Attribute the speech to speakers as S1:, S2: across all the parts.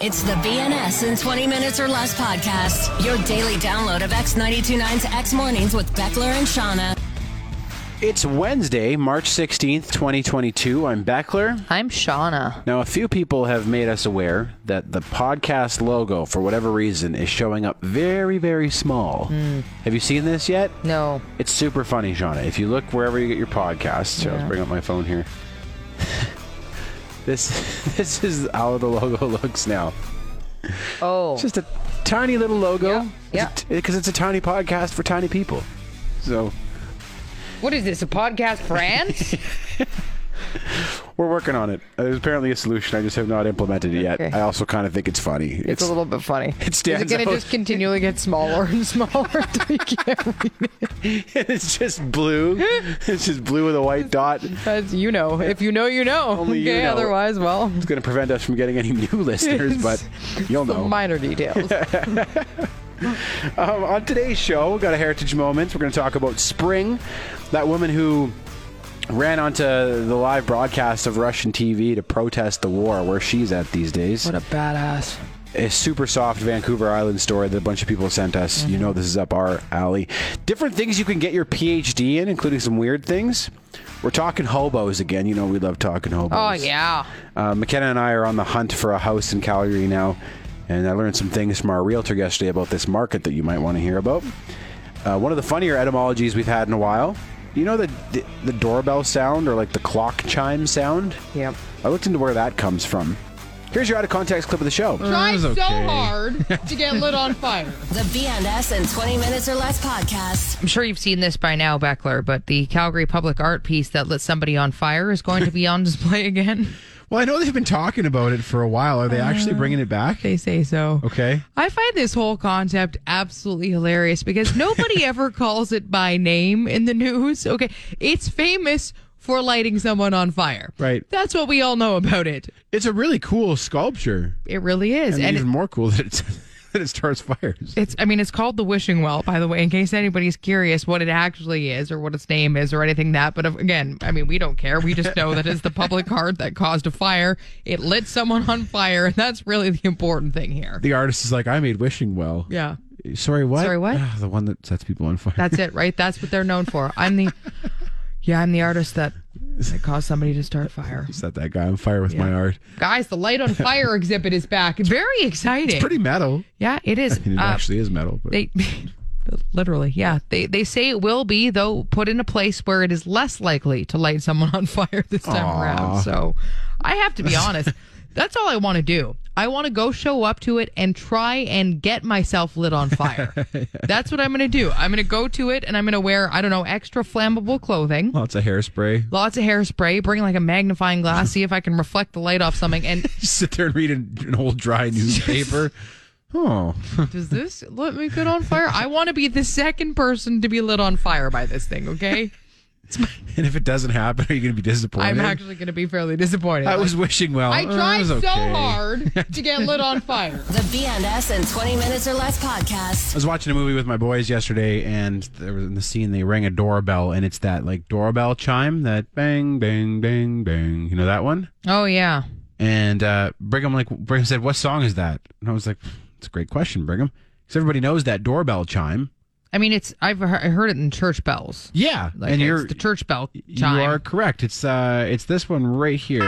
S1: It's the BNS in 20 Minutes or Less podcast, your daily download of X929's X Mornings with Beckler and Shauna.
S2: It's Wednesday, March 16th, 2022. I'm Beckler.
S3: I'm Shauna.
S2: Now, a few people have made us aware that the podcast logo, for whatever reason, is showing up very, very small.
S3: Hmm.
S2: Have you seen this yet?
S3: No.
S2: It's super funny, Shauna. If you look wherever you get your podcasts, here, I'll bring up my phone here. this this is how the logo looks now.
S3: Oh.
S2: It's just a tiny little logo.
S3: Yeah,
S2: Because it's a tiny podcast for tiny people. So
S3: what is this? A podcast France?
S2: We're working on it. Uh, There's apparently a solution. I just have not implemented it yet.
S3: Okay.
S2: I also kind of think it's funny. It's,
S3: it's a little bit funny.
S2: It
S3: Is it
S2: stands
S3: going to
S2: out.
S3: just continually get smaller and smaller until you can't read it?
S2: it's just blue. it's just blue with a white dot. It's
S3: As you know. If you know, you know.
S2: Only you
S3: okay,
S2: know.
S3: otherwise, well,
S2: going to prevent us from getting any new listeners, but you'll
S3: the
S2: know.
S3: minor details.
S2: Um, on today's show, we've got a heritage moment. We're going to talk about spring. That woman who ran onto the live broadcast of Russian TV to protest the war, where she's at these days.
S3: what a badass.
S2: a super soft Vancouver Island story that a bunch of people sent us.
S3: Mm-hmm.
S2: You know, this is up our alley. Different things you can get your PhD in, including some weird things. We're talking hobos again. You know, we love talking hobos.
S3: Oh, yeah.
S2: Uh, McKenna and I are on the hunt for a house in Calgary now, and I learned some things from our realtor yesterday about this market that you might want to hear about. Uh, one of the funnier etymologies we've had in a while. You know the, the the doorbell sound or like the clock chime sound.
S3: Yep.
S2: I looked into where that comes from. Here's your out of context clip of the show.
S4: Try so
S5: hard to get lit on fire.
S1: The BNS in 20 Minutes or Less podcast.
S3: I'm sure you've seen this by now, Beckler, but the Calgary public art piece that lit somebody on fire is going to be on display again.
S5: Well, I know they've been talking about it for a while. Are they
S3: Uh.
S5: actually bringing it back?
S3: They say so.
S5: Okay.
S3: I find this whole concept absolutely hilarious because nobody ever calls it by name in the news. Okay. It's famous for lighting someone on fire.
S5: Right.
S3: That's what we all know about it.
S5: It's a really cool sculpture.
S3: It really is.
S5: And,
S3: And,
S5: even
S3: it-
S5: more cool that, it's, that it starts fires.
S3: it's, I mean, it's called the wishing well, by the way, in case anybody's curious what it actually is or what its name is or anything that. But again, I mean, we don't care. We just know that it's the public art that caused a fire. It lit someone on fire. And that's really the important thing here.
S5: The artist is like, I made wishing well.
S3: Yeah.
S5: Sorry, what?
S3: Sorry, what?
S5: Ah, the one that sets people on fire.
S3: That's it, right? That's what they're known for. I'm the Yeah, I'm the artist that, that caused somebody to start fire.
S5: Set that guy on fire with my art.
S3: Guys, the light on fire exhibit is back. Very exciting.
S5: Pretty metal.
S3: yeah, it is.
S5: And it
S3: Uh,
S5: actually is metal. But
S3: they literally, yeah. They they say it will be though put in a place where it is less likely to light someone on fire this time around. So, I have to be honest. That's all I want to do. I want to go show up to it and try and get myself lit on fire. That's what I'm going to do. I'm going to go to it and I'm going to wear, I don't know, extra flammable clothing
S5: lots of hairspray.
S3: lots of hairspray, bring like a magnifying glass, see if I can reflect the light off something. And
S5: Just sit there and read an, an old dry newspaper. oh.
S3: does this let me get on fire? I want to be the second person to be lit on fire by this thing, okay?
S5: And if it doesn't happen, are you going to be disappointed?
S3: I'm actually going to be fairly disappointed.
S5: I was wishing well.
S4: I
S5: Uh, it
S4: tried
S5: was
S4: so
S5: okay.
S4: hard to get lit on fire.
S1: The BNS in 20 Minutes or Less podcast.
S5: I was watching a movie with my boys yesterday, and there was in the scene they rang a doorbell, and it's that like doorbell chime that bang, bang, bang, bang. You know that one?
S3: oh, yeah.
S5: And uh, Brigham like Brigham said, "What song is that?" And I was like, "It's a great question, Brigham, because everybody knows that doorbell chime."
S3: I mean, it's I've he- I heard it in church bells.
S5: Yeah,
S3: Like
S5: and
S3: it's
S5: you're
S3: the church bell
S5: you
S3: chime.
S5: are correct. It's uh, it's this one right here.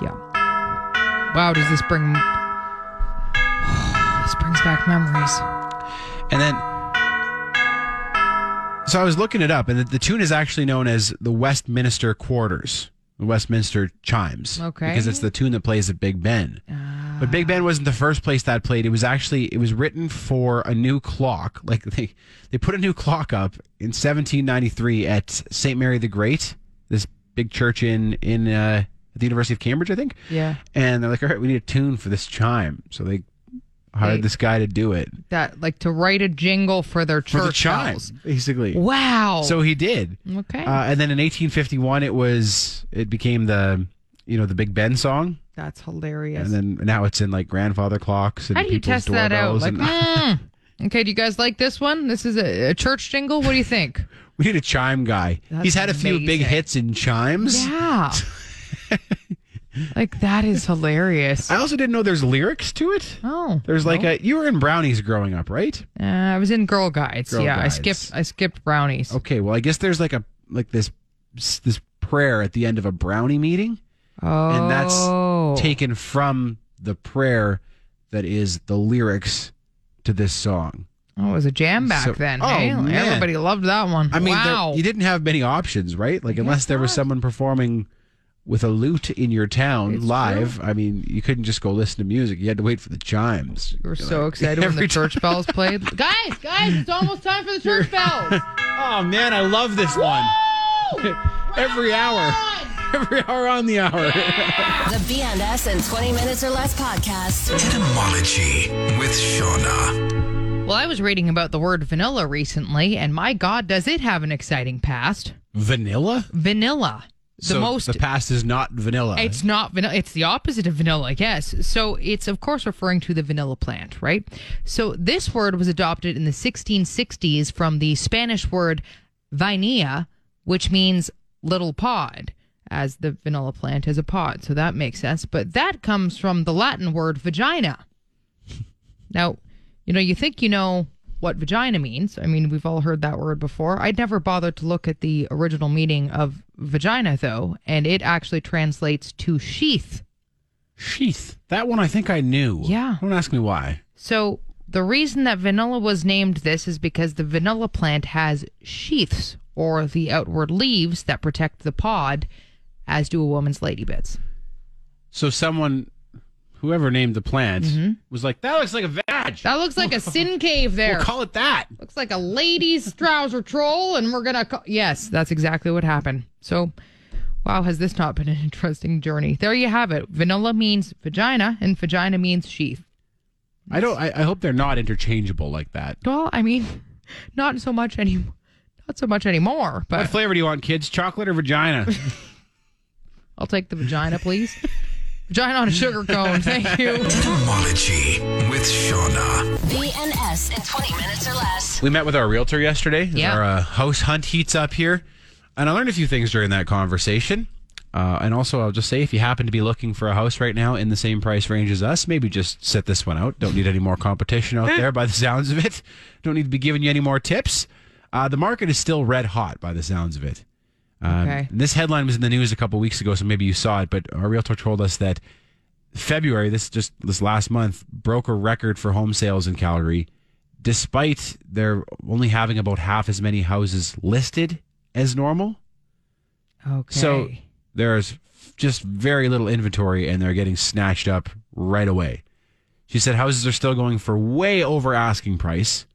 S3: Yeah. Wow, does this bring this brings back memories?
S5: And then, so I was looking it up, and the, the tune is actually known as the Westminster Quarters, the Westminster Chimes.
S3: Okay. Ah.
S5: Because it's the tune that plays at Big Ben. but Big Ben wasn't the first place that played. It was actually it was written for a new clock. Like they they put a new clock up in 1793 at St Mary the Great, this big church in in uh, at the University of Cambridge, I think.
S3: Yeah.
S5: And they're like, all right, we need a tune for this chime. So they hired
S3: They-
S5: this guy to do it
S3: That like to write a jingle for their
S5: for
S3: church
S5: the chime,
S3: bells.
S5: basically.
S3: Wow.
S5: So he did.
S3: Okay.
S5: Uh, and then in 1851, it was it became the you know the Big Ben song,
S3: that's hilarious.
S5: and then now it's in like grandfather clocks and
S3: How do you
S5: people's
S3: test that out?
S5: doorbells
S3: Like,
S5: and-
S3: "Mm, okay, do you guys like this one? This is a, a church jingle. What do you think?
S5: we need a chime guy.
S3: That's
S5: He's had a few big
S3: amazing.
S5: hits in chimes.
S3: Yeah. Like that is hilarious.
S2: I also didn't know there's lyrics to it.
S3: Oh,
S2: There's like
S3: no.
S2: a you were in brownies growing up, right?
S3: Uh, I was in Girl Guides.
S2: Girl
S3: yeah,
S2: Guides.
S3: I skipped. I skipped brownies.
S2: Okay, well I guess there's like a like this this prayer at the end of a brownie meeting,
S3: Oh,
S2: and that's taken from the prayer that is the lyrics to this song.
S3: Oh, it was a jam back
S2: So-
S3: then.
S2: oh,
S3: eh? Like,
S2: man.
S3: everybody loved that one.
S2: I mean, there-
S3: wow.
S2: you didn't have many options, right? Like, unless there was someone performing with a lute in your town
S3: It's
S2: live, I mean, you couldn't just go listen to music. You had to wait for the chimes.
S3: we were so excited when the
S2: every
S3: church bells played.
S6: Guys, guys, it's almost time for the church bells.
S2: Oh, man, I love this one. Every hour. Every hour on the hour.
S1: The BNS in 20 Minutes or Less podcast.
S7: Etymology with Shauna.
S3: well, I was reading about the word vanilla recently, and my God, does it have an exciting past?
S2: Vanilla?
S3: Vanilla. The
S2: So
S3: most
S2: The past is not vanilla.
S3: It's not vanilla. It's the opposite of vanilla, yes. So it's, of course, referring to the vanilla plant, right? So this word was adopted in the 1660s from the Spanish word vinea, which means little pod, as the vanilla plant is a pod. So that makes sense. But that comes from the Latin word vagina. Now, you know, you think you know what vagina means. I mean, we've all heard that word before. I'd never bothered to look at the original meaning of vagina, though, and it actually translates to sheath.
S2: Sheath. That one I think I knew.
S3: Yeah.
S2: Don't ask me why.
S3: So the reason that vanilla was named this is because the vanilla plant has sheaths or the outward leaves that protect the pod, as do a woman's lady bits.
S2: So someone, whoever named the plant, was like, that looks like a vag.
S3: Mm-hmm. That looks like a sin cave there.
S2: We'll call it that.
S3: looks like a lady's trouser troll, and we're gonna. Call- yes, that's exactly what happened. So, wow, has this not been an interesting journey? There you have it. Vanilla means vagina, and vagina means sheath.
S2: I don't. I, I hope they're not interchangeable like that.
S3: Well, I mean, not so much any, not so much anymore. But
S2: What flavor do you want, kids? Chocolate or vagina?
S3: I'll take the vagina, please. vagina on a sugar cone. Thank you.
S2: Um,
S7: Etymology with Shauna.
S1: BNS in 20 Minutes or Less.
S2: we met with our realtor yesterday. as
S3: Yeah.
S2: Our uh, house hunt heats up here, and I learned a few things during that conversation. Uh, and also, I'll just say, if you happen to be looking for a house right now in the same price range as us, maybe just set this one out. Don't need any more competition out there, by the sounds of it. Don't need to be giving you any more tips. Uh, the market is still red hot, by the sounds of it.
S3: okay.
S2: This headline was in the news a couple weeks ago, so maybe you saw it. But our realtor told us that February, this just this last month, broke a record for home sales in Calgary, despite their only having about half as many houses listed as normal.
S3: Okay.
S2: So there's just very little inventory, and they're getting snatched up right away. She said houses are still going for way over asking price,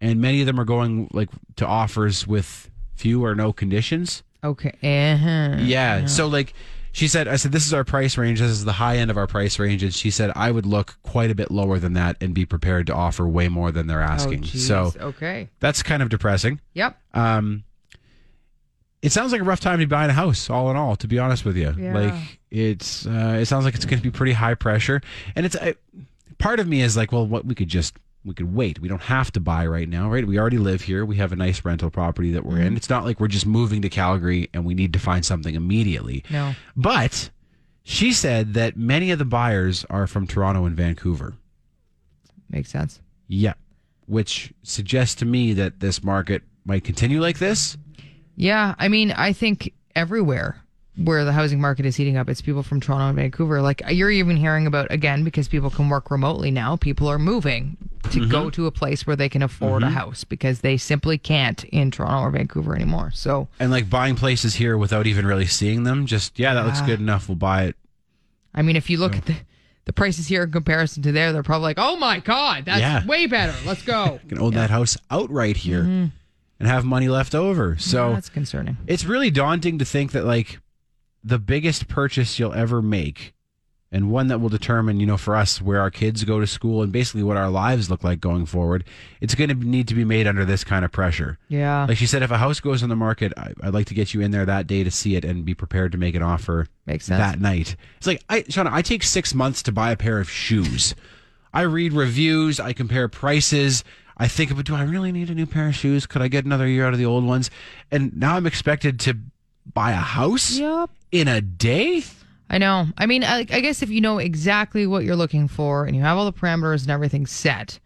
S2: and many of them are going like to offers with few or no conditions.
S3: okay. Uh-huh.
S2: Yeah. So like she said, I said, this is our price range. This is the high end of our price range. And she said, I would look quite a bit lower than that and be prepared to offer way more than they're
S3: Oh,
S2: asking.
S3: geez.
S2: so
S3: okay.
S2: that's kind of depressing.
S3: Yep.
S2: Um, it sounds like a rough time to be buying a house, all in all, to be honest with you.
S3: Yeah.
S2: Like it's, uh, it sounds like it's going to be pretty high pressure. And it's, I, part of me is like, well, what we could just, we could wait. We don't have to buy right now, right? We already live here. We have a nice rental property that we're
S3: Mm-hmm.
S2: in. It's not like we're just moving to Calgary and we need to find something immediately.
S3: No.
S2: But she said that many of the buyers are from Toronto and Vancouver.
S3: Makes sense.
S2: Yeah. Which suggests to me that this market might continue like this.
S3: Yeah, I mean, I think everywhere where the housing market is heating up, it's people from Toronto and Vancouver. Like you're even hearing about again because people can work remotely now. People are moving to
S2: Mm-hmm.
S3: go to a place where they can afford a house because they simply can't in Toronto or Vancouver anymore. So
S2: And like buying places here without even really seeing them. Just, yeah, that looks good enough. We'll buy it.
S3: I mean, if you look at the the prices here in comparison to there, they're probably like, oh my god, that's
S2: Yeah.
S3: way better. Let's go.
S2: Can own that house outright here and have money left over. So
S3: that's concerning.
S2: it's really daunting to think that like the biggest purchase you'll ever make and one that will determine you know for us where our kids go to school and basically what our lives look like going forward it's going to need to be made under this kind of pressure
S3: Yeah,
S2: like she said if a house goes on the market I, i'd like to get you in there that day to see it and be prepared to make an offer
S3: Makes sense.
S2: that night it's like i shauna i take six months to buy a pair of shoes i read reviews i compare prices i think about do i really need a new pair of shoes could i get another year out of the old ones and now i'm expected to buy a house
S3: Yep.
S2: in a day
S3: I know. I mean, I, I guess if you know exactly what you're looking for and you have all the parameters and everything set,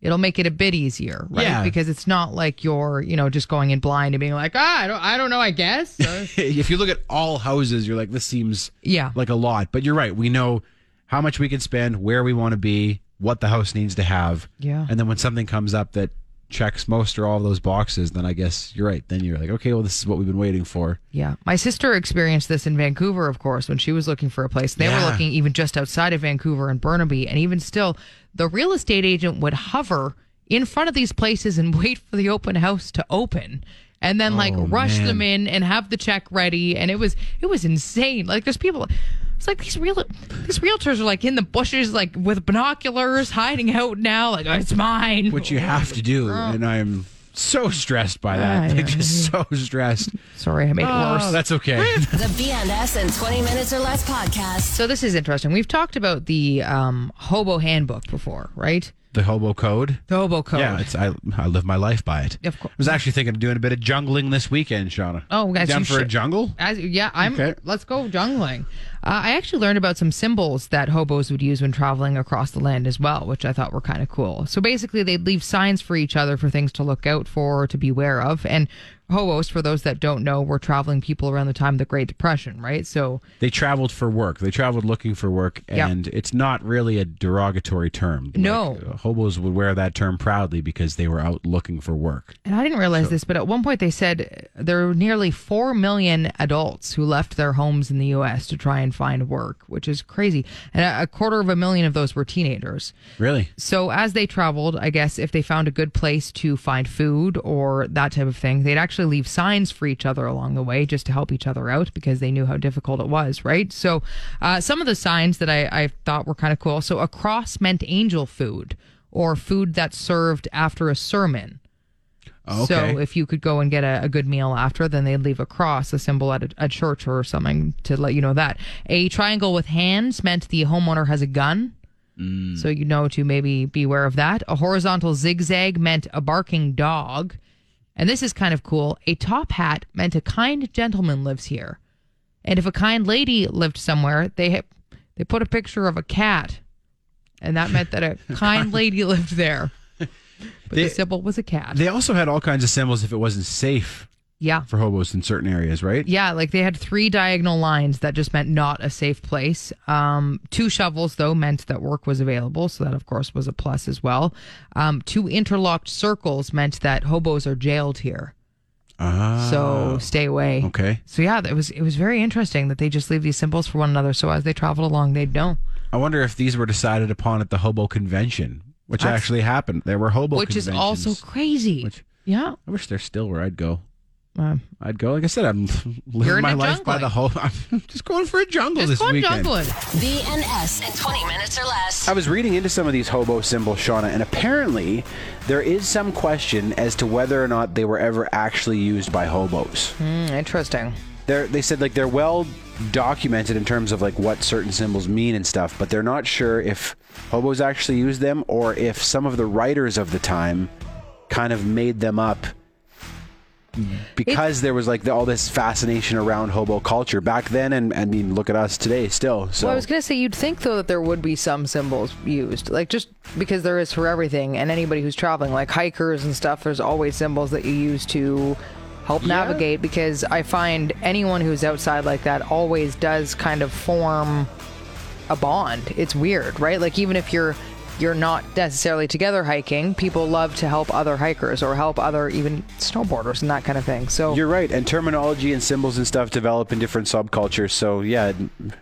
S3: it'll make it a bit easier, right?
S5: Yeah.
S3: Because it's not like you're, you know, just going in blind and being like, ah, I don't, I don't know, I guess. Uh,
S5: if you look at all houses, you're like, this seems
S3: Yeah.
S5: like a lot. But you're right. We know how much we can spend, where we want to be, what the house needs to have.
S3: Yeah.
S5: And then when something comes up that checks most or all of those boxes, then I guess you're right. Then you're like, okay, well, this is what we've been waiting for.
S3: yeah. My sister experienced this in Vancouver, of course, when she was looking for a place. They
S5: Yeah.
S3: were looking even just outside of Vancouver and Burnaby. And even still, the real estate agent would hover in front of these places and wait for the open house to open. And then like rush
S5: Oh, man.
S3: them in and have the check ready. And it was it was insane. Like there's people it's like these real these realtors are like in the bushes, like with binoculars, hiding out now, like "Oh, it's mine.
S5: Which you have to do.
S3: Oh.
S5: And I'm so stressed by that.
S3: Ah,
S5: Like, just so stressed.
S3: Sorry, I made it worse.
S5: Oh, that's okay.
S1: The BNS in 20 minutes or less podcast.
S3: So this is interesting. We've talked about the um, hobo handbook before, right?
S5: the hobo code.
S3: The hobo code.
S5: Yeah, it's I. I live my life by it.
S3: Of course.
S5: I was actually thinking of doing a bit of jungling this weekend, Shauna.
S3: Oh,
S5: You
S3: guys,
S5: down
S3: you
S5: for a
S3: should.
S5: jungle?
S3: As, yeah, I'm.
S5: Okay.
S3: Let's go jungling. Uh, I actually learned about some symbols that hobos would use when traveling across the land as well, which I thought were kind of cool. So basically, they'd leave signs for each other for things to look out for, to be aware of. And hobos, for those that don't know, were traveling people around the time of the Great Depression, right? So
S5: They traveled for work. They traveled looking for work,
S3: Yeah.
S5: and it's not really a derogatory term. Like,
S3: No.
S5: uh, hobos would wear that term proudly because they were out looking for work.
S3: And I didn't realize this, but at one point they said there were nearly 4 million adults who left their homes in the U.S. to try and find work, which is crazy. And a- a quarter of a million of those were teenagers.
S5: Really?
S3: So as they traveled, I guess if they found a good place to find food or that type of thing, they'd actually leave signs for each other along the way just to help each other out because they knew how difficult it was, right? So uh, some of the signs that I, I thought were kind of cool. So a cross meant angel food or food that's served after a sermon.
S5: Oh, Okay.
S3: So if you could go and get a, a good meal after, then they'd leave a cross, a symbol at a, a church or something to let you know that. A triangle with hands meant the homeowner has a gun.
S5: Mm.
S3: So you know to maybe be aware of that. A horizontal zigzag meant a barking dog. And this is kind of cool. A top hat meant a kind gentleman lives here. And if a kind lady lived somewhere, they ha- they put a picture of a cat. And that meant that a kind lady lived there. But
S5: They-
S3: the symbol was a cat.
S5: They also had all kinds of symbols if it wasn't safe
S3: yeah.
S5: for hobos in certain areas, right?
S3: Yeah, like they had three diagonal lines that just meant not a safe place. Um, two shovels, though, meant that work was available. So that, of course, was a plus as well. Um, two interlocked circles meant that hobos are jailed here.
S5: Ah,
S3: So stay away.
S5: okay.
S3: So yeah, it was it was very interesting that they just leave these symbols for one another. So as they traveled along, they'd know.
S5: I wonder if these were decided upon at the hobo convention, which actually happened. There were hobo
S3: which is
S5: conventions.
S3: also crazy.
S5: Which-
S3: yeah.
S5: I wish there still were. I'd go.
S3: Um,
S5: I'd go. Like I said, I'm
S3: You're
S5: living
S3: in
S5: my
S3: a
S5: life by the whole. I'm just going for a jungle
S3: just
S5: this
S3: fun
S5: weekend.
S3: jungling.
S1: BNS in 20 minutes or less.
S2: I was reading into some of these hobo symbols, Shauna, and apparently there is some question as to whether or not they were ever actually used by hobos.
S3: Mm, interesting.
S2: They're, they said like they're well documented in terms of like what certain symbols mean and stuff, but they're not sure if hobos actually used them or if some of the writers of the time kind of made them up because there was like the, all this fascination around hobo culture back then, and I mean look at us today still. So
S3: Well, I was going to say, you'd think, though, that there would be some symbols used, like just because there is for everything. And anybody who's traveling, like hikers and stuff, there's always symbols that you use to help navigate. Because I find anyone who's outside like that always does kind of form a bond. It's weird, right? Like, even if you're you're not necessarily together hiking people love to help other hikers or help other even snowboarders and that kind of thing so
S2: You're right, and terminology and symbols and stuff develop in different subcultures. So yeah, it,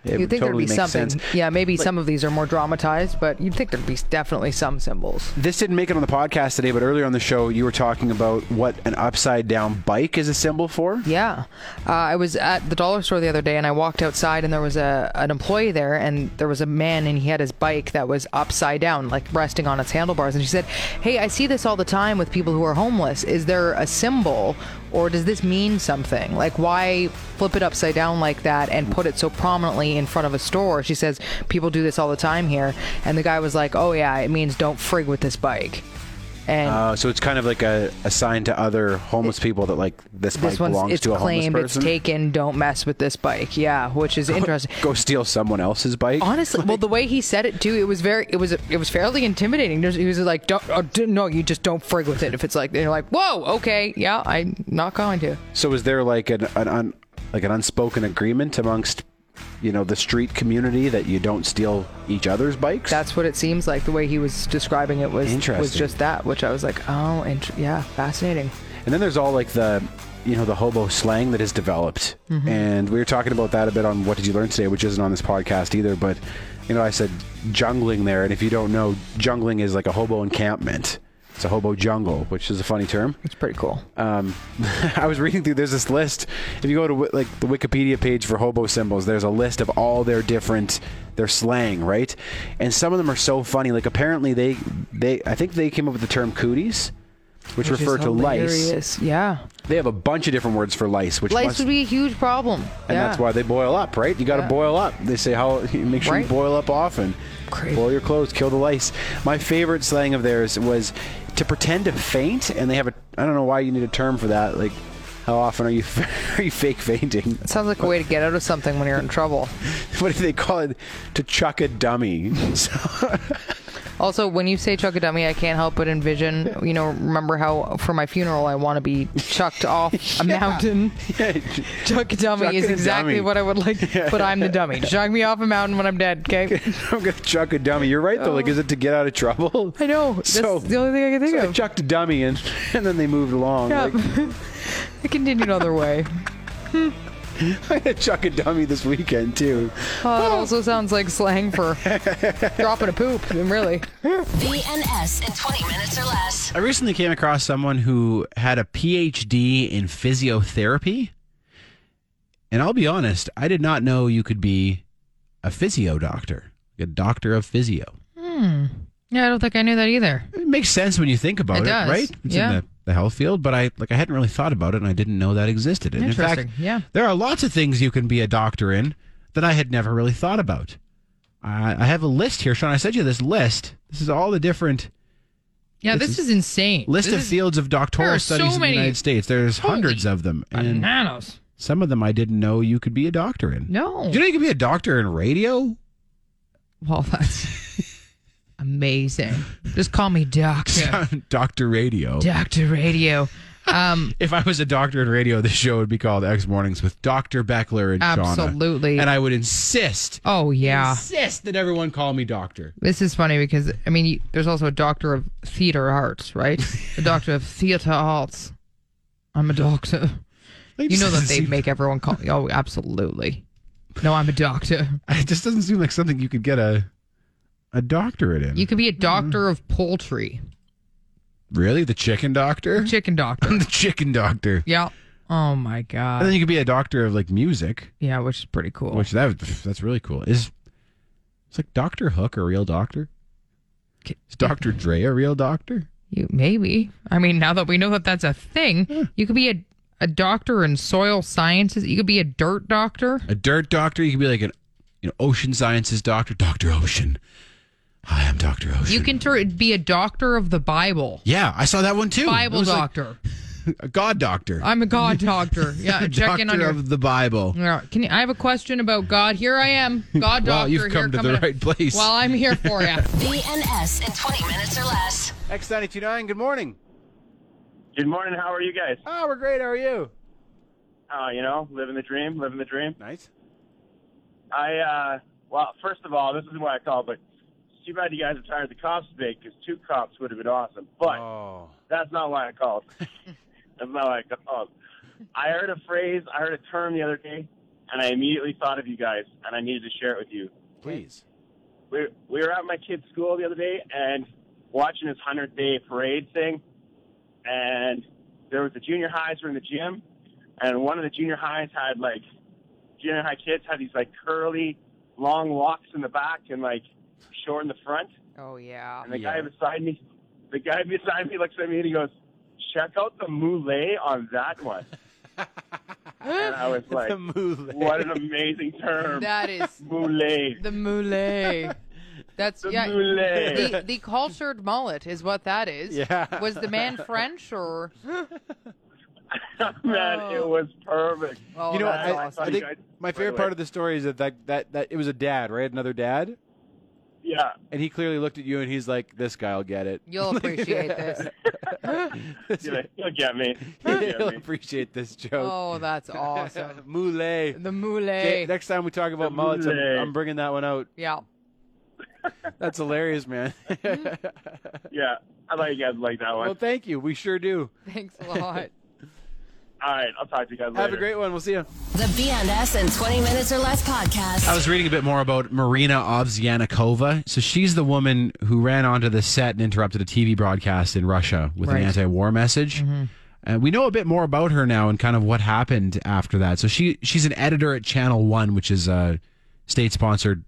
S2: it
S3: you
S2: totally
S3: think there'd be
S2: makes
S3: something.
S2: sense.
S3: Yeah, maybe some of these are more dramatized, but you'd think there'd be definitely some symbols.
S2: This didn't make it on the podcast today, but earlier on the show, you were talking about what an upside down bike is a symbol for.
S3: Yeah. Uh, I was at the dollar store the other day and I walked outside and there was a an employee there and there was a man and he had his bike that was upside down, like resting on its handlebars. And she said, Hey, I see this all the time with people who are homeless. Is there a symbol or does this mean something? Like, why flip it upside down like that and put it so prominently in front of a store? She says, People do this all the time here. And the guy was like, Oh, yeah, it means don't frig with this bike.
S8: and
S2: Uh, so it's kind of like a, a sign to other homeless people that like this,
S8: this
S2: bike
S8: one's
S2: belongs
S8: it's
S2: to a
S8: claimed,
S2: homeless
S8: it's
S2: person.
S8: taken. Don't mess with this bike. Yeah, which is interesting.
S2: Go steal someone else's bike.
S8: Honestly, well, the way he said it too, it was very, it was, it was fairly intimidating. There's- He was like, "Don't, uh, d- no, you just don't frig with it." If it's like, and you're like, "Whoa, okay, yeah, I'm not going to."
S2: So is there like an, an un, like an unspoken agreement amongst you know the street community that you don't steal each other's bikes?
S8: That's what it seems like. The way he was describing it was was
S2: Interesting.
S8: just that, which I was like, "Oh, int- yeah, fascinating."
S2: And then there's all like the, you know, the hobo slang that has developed.
S8: Mm-hmm.
S2: And we were talking about that a bit on What Did You Learn Today, which isn't on this podcast either. But, you know, I said jungling there. And if you don't know, jungling is like a hobo encampment. It's a hobo jungle, which is a funny term.
S8: It's pretty cool.
S2: Um, I was reading through. There's this list. If you go to wi- like the Wikipedia page for hobo symbols, there's a list of all their different their slang, right? And some of them are so funny. Like apparently they they I think they came up with the term cooties, which,
S8: Which is
S2: refer to lice.
S8: hilarious. Yeah,
S2: They have a bunch of different words for lice, which
S8: lice
S2: must,
S8: would be a huge problem.
S2: and
S8: yeah.
S2: that's why they boil up, right? You got to
S8: Yeah.
S2: boil up. They say how make sure
S8: Right.
S2: you boil up often.
S8: Crazy.
S2: Boil your clothes, kill the lice. My favorite slang of theirs was to pretend to faint, and they have a I don't know why you need a term for that. Like, how often are you are you fake fainting?
S8: It sounds like a way to get out of something when you're in trouble.
S2: What do they call it? To chuck a dummy. So,
S8: Also, when you say chuck a dummy, I can't help but envision, you know, remember how for my funeral I want to be chucked off a mountain. Chuck a dummy
S2: Chuck
S8: is
S2: a
S8: exactly
S2: dummy.
S8: what I would like, but I'm the dummy. Chuck me off a mountain when I'm dead, okay?
S2: I'm gonna chuck a dummy. You're right though. Like, is it to get out of trouble?
S8: Oh. I know. That's
S2: So-
S8: the only thing I can think
S2: So I
S8: of.
S2: chucked a dummy, and and then they moved along.
S8: Yeah.
S2: Like,
S8: I continued on their way.
S2: I'm gonna chuck a dummy this weekend too.
S8: Uh, it also sounds like slang for dropping a poop, and really.
S1: VNS in 20 minutes or less.
S5: I recently came across someone who had a PhD in physiotherapy. And I'll be honest, I did not know you could be a physio doctor, a doctor of physio.
S3: Yeah, I don't think I knew that either.
S5: It makes sense when you think about it,
S3: It does,
S5: right? It's
S3: yeah.
S5: in the, the health field, but I like I hadn't really thought about it and I didn't know that existed. And in
S3: Interesting,
S5: fact,
S3: yeah.
S5: there are lots of things you can be a doctor in that I had never really thought about. I, I have a list here, Sean. I sent you this list. This is all the different
S3: Yeah,
S5: This
S3: this,
S5: is-
S3: is, insane.
S5: list
S3: This
S5: of
S3: is
S5: fields of
S3: there
S5: doctoral
S3: are
S5: studies
S3: so
S5: in the
S3: many.
S5: United States. There's
S3: Holy
S5: hundreds of them, and
S3: Bananas.
S5: some of them I didn't know you could be a doctor in.
S3: No.
S5: Do you know you could be a doctor in radio?
S3: Well, that's amazing. Just call me Doctor.
S5: doctor radio.
S3: Doctor Radio. Um,
S5: If I was a doctor in radio, the show would be called X Mornings with Doctor Beckler and Shauna.
S3: Absolutely.
S5: and I would insist,
S3: oh yeah.
S5: insist that everyone call me doctor.
S3: This is funny because I mean, you, there's also a doctor of theater arts, right? A doctor of theater arts. I'm a doctor.
S5: Like,
S3: You
S5: this
S3: know that
S5: doesn't
S3: they
S5: seem-
S3: make everyone call. Oh, absolutely. No, I'm a doctor.
S5: It just doesn't seem like something you could get a a doctorate in.
S3: You could be a doctor of poultry,
S5: really, the chicken doctor,
S3: chicken doctor.
S5: the chicken doctor,
S3: yeah. Oh my
S5: and then
S3: god.
S5: you could be a doctor of like music.
S3: Yeah, which is pretty cool.
S5: Which that that's really cool. Is it's like Doctor Hook a real doctor?
S3: K-
S5: Is Doctor Dre a real doctor?
S3: You maybe. I mean, now that we know that that's a thing, you could be a a doctor in soil sciences. You could be a dirt doctor.
S5: A dirt doctor? You could be like an you know ocean sciences doctor, Doctor Ocean. Hi, I'm Doctor Ocean.
S3: You can tur- be a doctor of the Bible.
S5: Yeah, I saw that one too. It
S3: Bible
S5: was like
S3: doctor.
S5: a God doctor.
S3: I'm a God doctor. Yeah, check in on
S5: doctor
S3: your.
S5: of the Bible.
S3: Yeah, Can you, I have a question about God? Here I am, God
S5: Wow,
S3: doctor.
S5: you've
S3: here
S5: come to the
S3: coming up.
S5: right place.
S3: Well, I'm here for you.
S1: VNS in 20 minutes or less.
S2: X929, good morning.
S9: Good morning. How are you guys?
S2: Ah, we're great. How are you?
S9: Uh, you know, living the dream, living the dream.
S2: Nice.
S9: I, uh, well, first of all, this is why I called, but it's too bad you guys have tired the cops big because two cops would have been awesome. But
S2: Oh.
S9: that's not why I called. that's not why I called. I heard a phrase, I heard a term the other day, and I immediately thought of you guys, and I needed to share it with you.
S2: Please.
S9: we we were at my kid's school the other day and watching his hundredth day parade thing, and there was the junior highs were in the gym, and one of the junior highs had like junior high kids had these like curly long locks in the back and like short in the front,
S8: Oh yeah.
S9: and the guy beside me, the guy beside me looks at me and he goes, "Check out the moulet on that one," and I was like, "What an amazing term,
S8: That is
S9: moulet."
S8: the moulet. That's yeah.
S9: Mullet.
S8: The, the cultured mullet is what that is.
S2: Yeah.
S8: Was the man French or?
S2: Oh.
S9: Man, it was perfect.
S8: Oh,
S2: you know,
S8: that's
S2: I,
S8: awesome.
S2: I think my favorite part of the story is that, that that that it was a dad, right? Another dad,
S9: Yeah.
S2: and he clearly looked at you and he's like, "This guy'll get it.
S8: You'll appreciate this.
S9: You're like, You'll get me. You'll get
S2: He'll
S9: me.
S2: appreciate this joke."
S8: Oh, that's awesome.
S2: Moulet.
S8: The moulet.
S2: Okay, next time we talk about mullets, I'm,
S9: Moulet.
S2: I'm bringing that one out.
S8: yeah.
S2: That's hilarious, man.
S9: Yeah. I thought you guys liked that one.
S2: well, thank you. We sure do.
S8: Thanks a lot.
S9: All right. I'll talk to you guys later.
S2: Have a great one. We'll see you.
S1: The BNS in 20 Minutes or Less podcast.
S5: I was reading a bit more about Marina Obsyanikova. So she's the woman who ran onto the set and interrupted a TV broadcast in Russia with
S3: Right.
S5: an anti-war message. And we know a bit more about her now and kind of what happened after that. So she she's an editor at Channel 1, which is a state-sponsored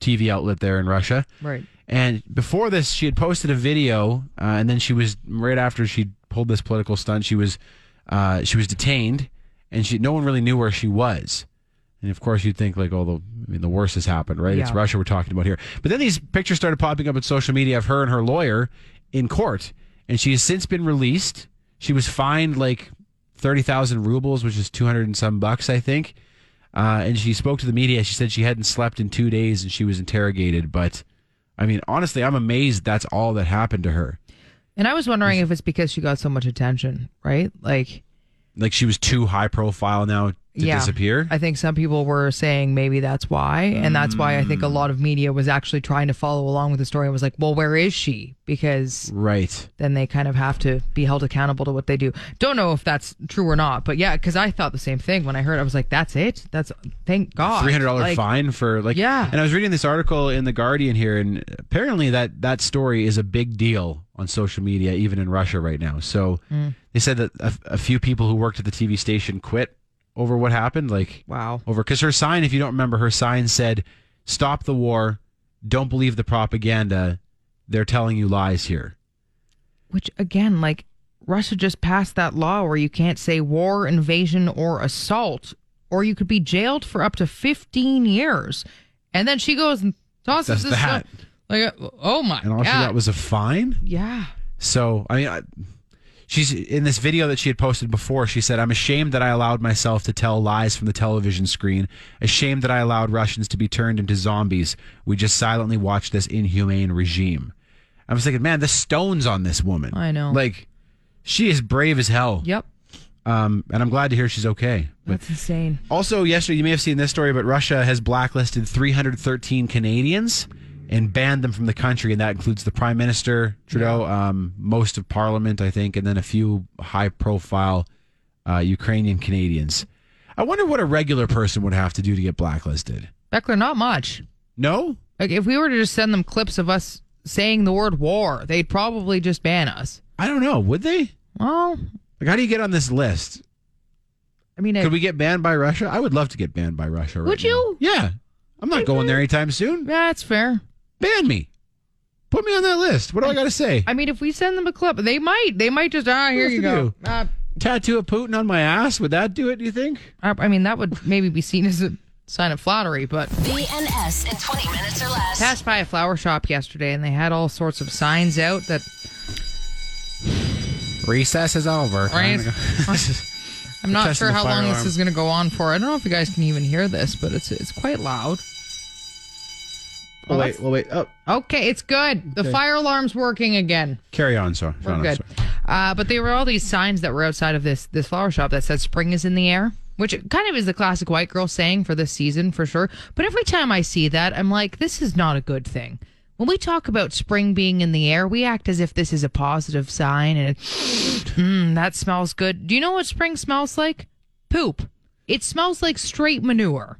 S5: TV outlet there in Russia.
S3: Right.
S5: And before this, she had posted a video, uh, and then she was right after she pulled this political stunt. She was uh, she was detained, and she no one really knew where she was. And of course, you'd think like, oh, the, I mean, the worst has happened, right? It's
S3: Yeah.
S5: Russia we're talking about here. But then these pictures started popping up on social media of her and her lawyer in court, and she has since been released. She was fined like thirty thousand rubles, which is two hundred and some bucks, I think. Uh, and she spoke to the media. She said she hadn't slept in two days, and she was interrogated, but. I mean, honestly, I'm amazed that's all that happened to her.
S3: And I was wondering if it's because she got so much attention, right? Like,
S5: Like she was too high profile now to
S3: yeah,
S5: disappear.
S3: I think some people were saying maybe that's why, and that's why I think
S5: Mm.
S3: a lot of media was actually trying to follow along with the story and was like, "Well, where is she?" Because
S5: right.
S3: then they kind of have to be held accountable to what they do. Don't know if that's true or not, but yeah, because I thought the same thing when I heard. it. I was like, "That's it. That's thank God."
S5: Three hundred dollar
S3: Like,
S5: fine for like
S3: Yeah.
S5: And I was reading this article in the Guardian here, and apparently that that story is a big deal on social media, even in Russia right now. So
S3: Mm.
S5: they said that a, a few people who worked at the TV station quit over what happened. Like
S3: Wow.
S5: over because her sign, if you don't remember, her sign said, "Stop the war. Don't believe the propaganda. They're telling you lies here."
S3: Which again, like Russia just passed that law where you can't say war, invasion, or assault, or you could be jailed for up to fifteen years. And then she goes and tosses
S5: That's
S3: this
S5: that.
S3: stuff. Like, oh my
S5: And all she
S3: god!
S5: got was a fine.
S3: yeah.
S5: So I mean, I, she's in this video that she had posted before. She said, "I'm ashamed that I allowed myself to tell lies from the television screen. Ashamed that I allowed Russians to be turned into zombies. We just silently watched this inhumane regime." I was thinking, man, the stones on this woman.
S3: I know.
S5: like she is brave as hell.
S3: Yep.
S5: Um, and I'm glad to hear she's okay. But
S3: That's insane.
S5: also, yesterday, you may have seen this story, but Russia has blacklisted 313 Canadians and banned them from the country. And that includes the Prime Minister, Trudeau, um, most of Parliament, I think, and then a few high profile uh, Ukrainian Canadians. I wonder what a regular person would have to do to get blacklisted.
S3: Beckler, not much.
S5: No?
S3: Like if we were to just send them clips of us saying the word war, they'd probably just ban us.
S5: I don't know. Would they?
S3: Well,
S5: Like, how do you get on this list?
S3: I mean,
S5: Could we get banned by Russia? I would love to get banned by Russia. Right
S3: Would
S5: now.
S3: you?
S5: Yeah. I'm not going there anytime soon.
S3: that's fair.
S5: Ban me. Put me on that list. What do I got to say?
S3: I mean, if we send them a clip, they might, they might just ah, here
S5: else
S3: you
S5: to
S3: go.
S5: do?
S3: Uh,
S5: tattoo of Putin on my ass? Would that do it? Do you think?
S3: I, I mean, that would maybe be seen as a sign of flattery, but
S1: BNS in 20 Minutes or Less.
S3: passed by a flower shop yesterday and they had all sorts of signs out that
S5: Recess is over.
S3: Right. I'm not
S5: Testing
S3: sure
S5: the
S3: how
S5: fire
S3: long this
S5: alarm.
S3: is going to go on for. I don't know if you guys can even hear this, but it's it's quite loud.
S5: well, wait. Well, wait. Oh,
S3: Okay, it's good. The fire alarm's working again.
S5: carry on, so
S3: We're good. Uh, but there were all these signs that were outside of this this flower shop that said "Spring is in the air," which kind of is the classic white girl saying for this season for sure. But every time I see that, I'm like, this is not a good thing. When we talk about spring being in the air, we act as if this is a positive sign and mm, that smells good. Do you know what spring smells like? Poop. It smells like straight manure.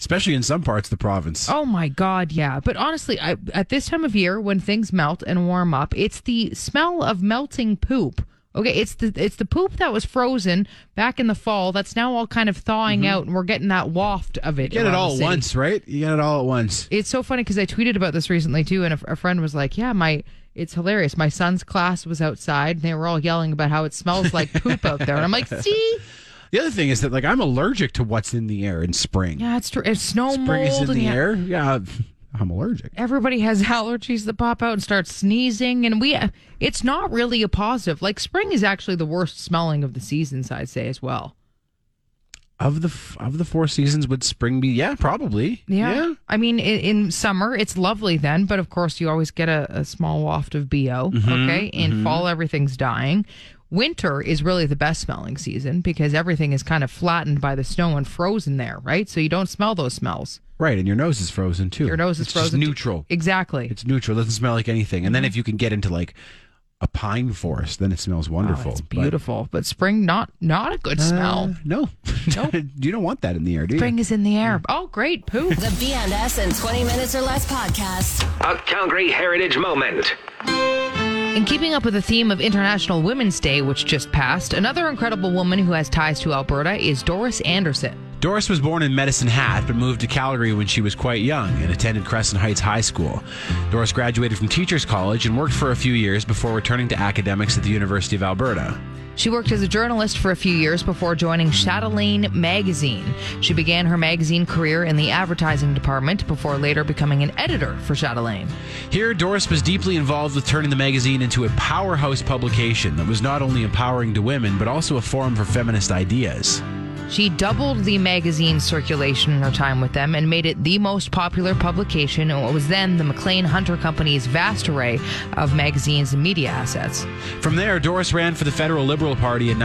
S5: Especially in some parts of the province.
S3: Oh my god, yeah. But honestly, I, at this time of year when things melt and warm up, it's the smell of melting poop. Okay, it's the it's the poop that was frozen back in the fall that's now all kind of thawing out, and we're getting that waft of it.
S5: Mm-hmm. get it
S3: around
S5: all
S3: the
S5: at
S3: city.
S5: once, right? You get it all at once.
S3: It's so funny because I tweeted about this recently too, and a, a friend was like, "Yeah, my." It's hilarious. My son's class was outside and they were all yelling about how it smells like poop out there. And I'm like, see?
S5: The other thing is that, like, I'm allergic to what's in the air in spring.
S3: Yeah, it's true. It's snow
S5: spring
S3: mold.
S5: is in
S3: and
S5: the
S3: yeah.
S5: air. Yeah. I'm allergic.
S3: everybody has allergies that pop out and start sneezing and we it's not really a positive like spring is actually the worst smelling of the seasons i'd say as well
S5: Of the f- of the four seasons, would spring be? Yeah, probably.
S3: i mean in, in summer it's lovely then but of course you always get a, a small waft of bo
S5: Mm-hmm.
S3: okay in fall everything's dying winter is really the best smelling season because everything is kind of flattened by the snow and frozen there right so you don't smell those smells
S5: Right, and your nose is frozen too. Mm-hmm.
S3: your nose is
S5: It's just
S3: frozen
S5: neutral.
S3: exactly
S5: It's neutral. Doesn't smell like anything. And then if you can get into like a pine forest, then it smells wonderful.
S3: Oh, it's
S5: But-
S3: beautiful but spring not not a good smell
S5: Uh, no, you don't want that in the air, do you?
S3: Spring is in the air. Oh, great. Poo.
S1: The BNS in 20 Minutes or Less podcast.
S10: A Calgary Heritage Moment.
S3: In keeping up with the theme of International Women's Day, which just passed, another incredible woman who has ties to Alberta is Doris Anderson.
S5: Doris was born in Medicine Hat, but moved to Calgary when she was quite young and attended Crescent Heights High School. Doris graduated from Teachers College and worked for a few years before returning to academics at the University of Alberta.
S3: She worked as a journalist for a few years before joining Chatelaine Magazine. She began her magazine career in the advertising department before later becoming an editor for Chatelaine.
S5: Here, Doris was deeply involved with turning the magazine into a powerhouse publication that was not only empowering to women, but also a forum for feminist ideas.
S3: She doubled the magazine's circulation in her time with them and made it the most popular publication in what was then the McLean Hunter Company's vast array of magazines and media assets.
S5: From there, Doris ran for the federal Liberal Party in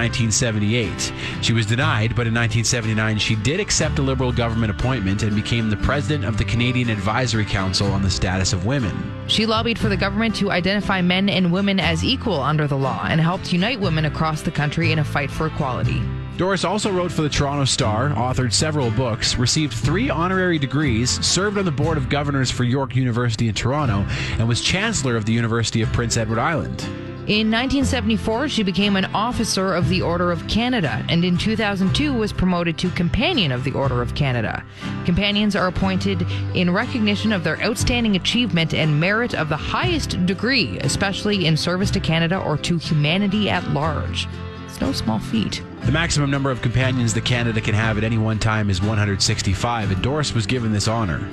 S5: 1978. She was denied, but in 1979, she did accept a Liberal government appointment and became the president of the Canadian Advisory Council on the Status of Women.
S3: She lobbied for the government to identify men and women as equal under the law and helped unite women across the country in a fight for equality.
S5: Doris also wrote for the Toronto Star, authored several books, received three honorary degrees, served on the Board of Governors for York University in Toronto, and was Chancellor of the University of Prince Edward Island.
S3: In 1974, she became an officer of the Order of Canada and in 2002 was promoted to Companion of the Order of Canada. Companions are appointed in recognition of their outstanding achievement and merit of the highest degree, especially in service to Canada or to humanity at large. It's no small feat.
S5: The maximum number of companions that Canada can have at any one time is 165, and Doris was given this honor.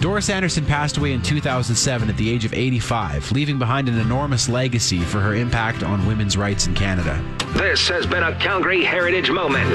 S5: Doris Anderson passed away in 2007 at the age of 85, leaving behind an enormous legacy for her impact on women's rights in Canada.
S10: This has been a Calgary Heritage Moment.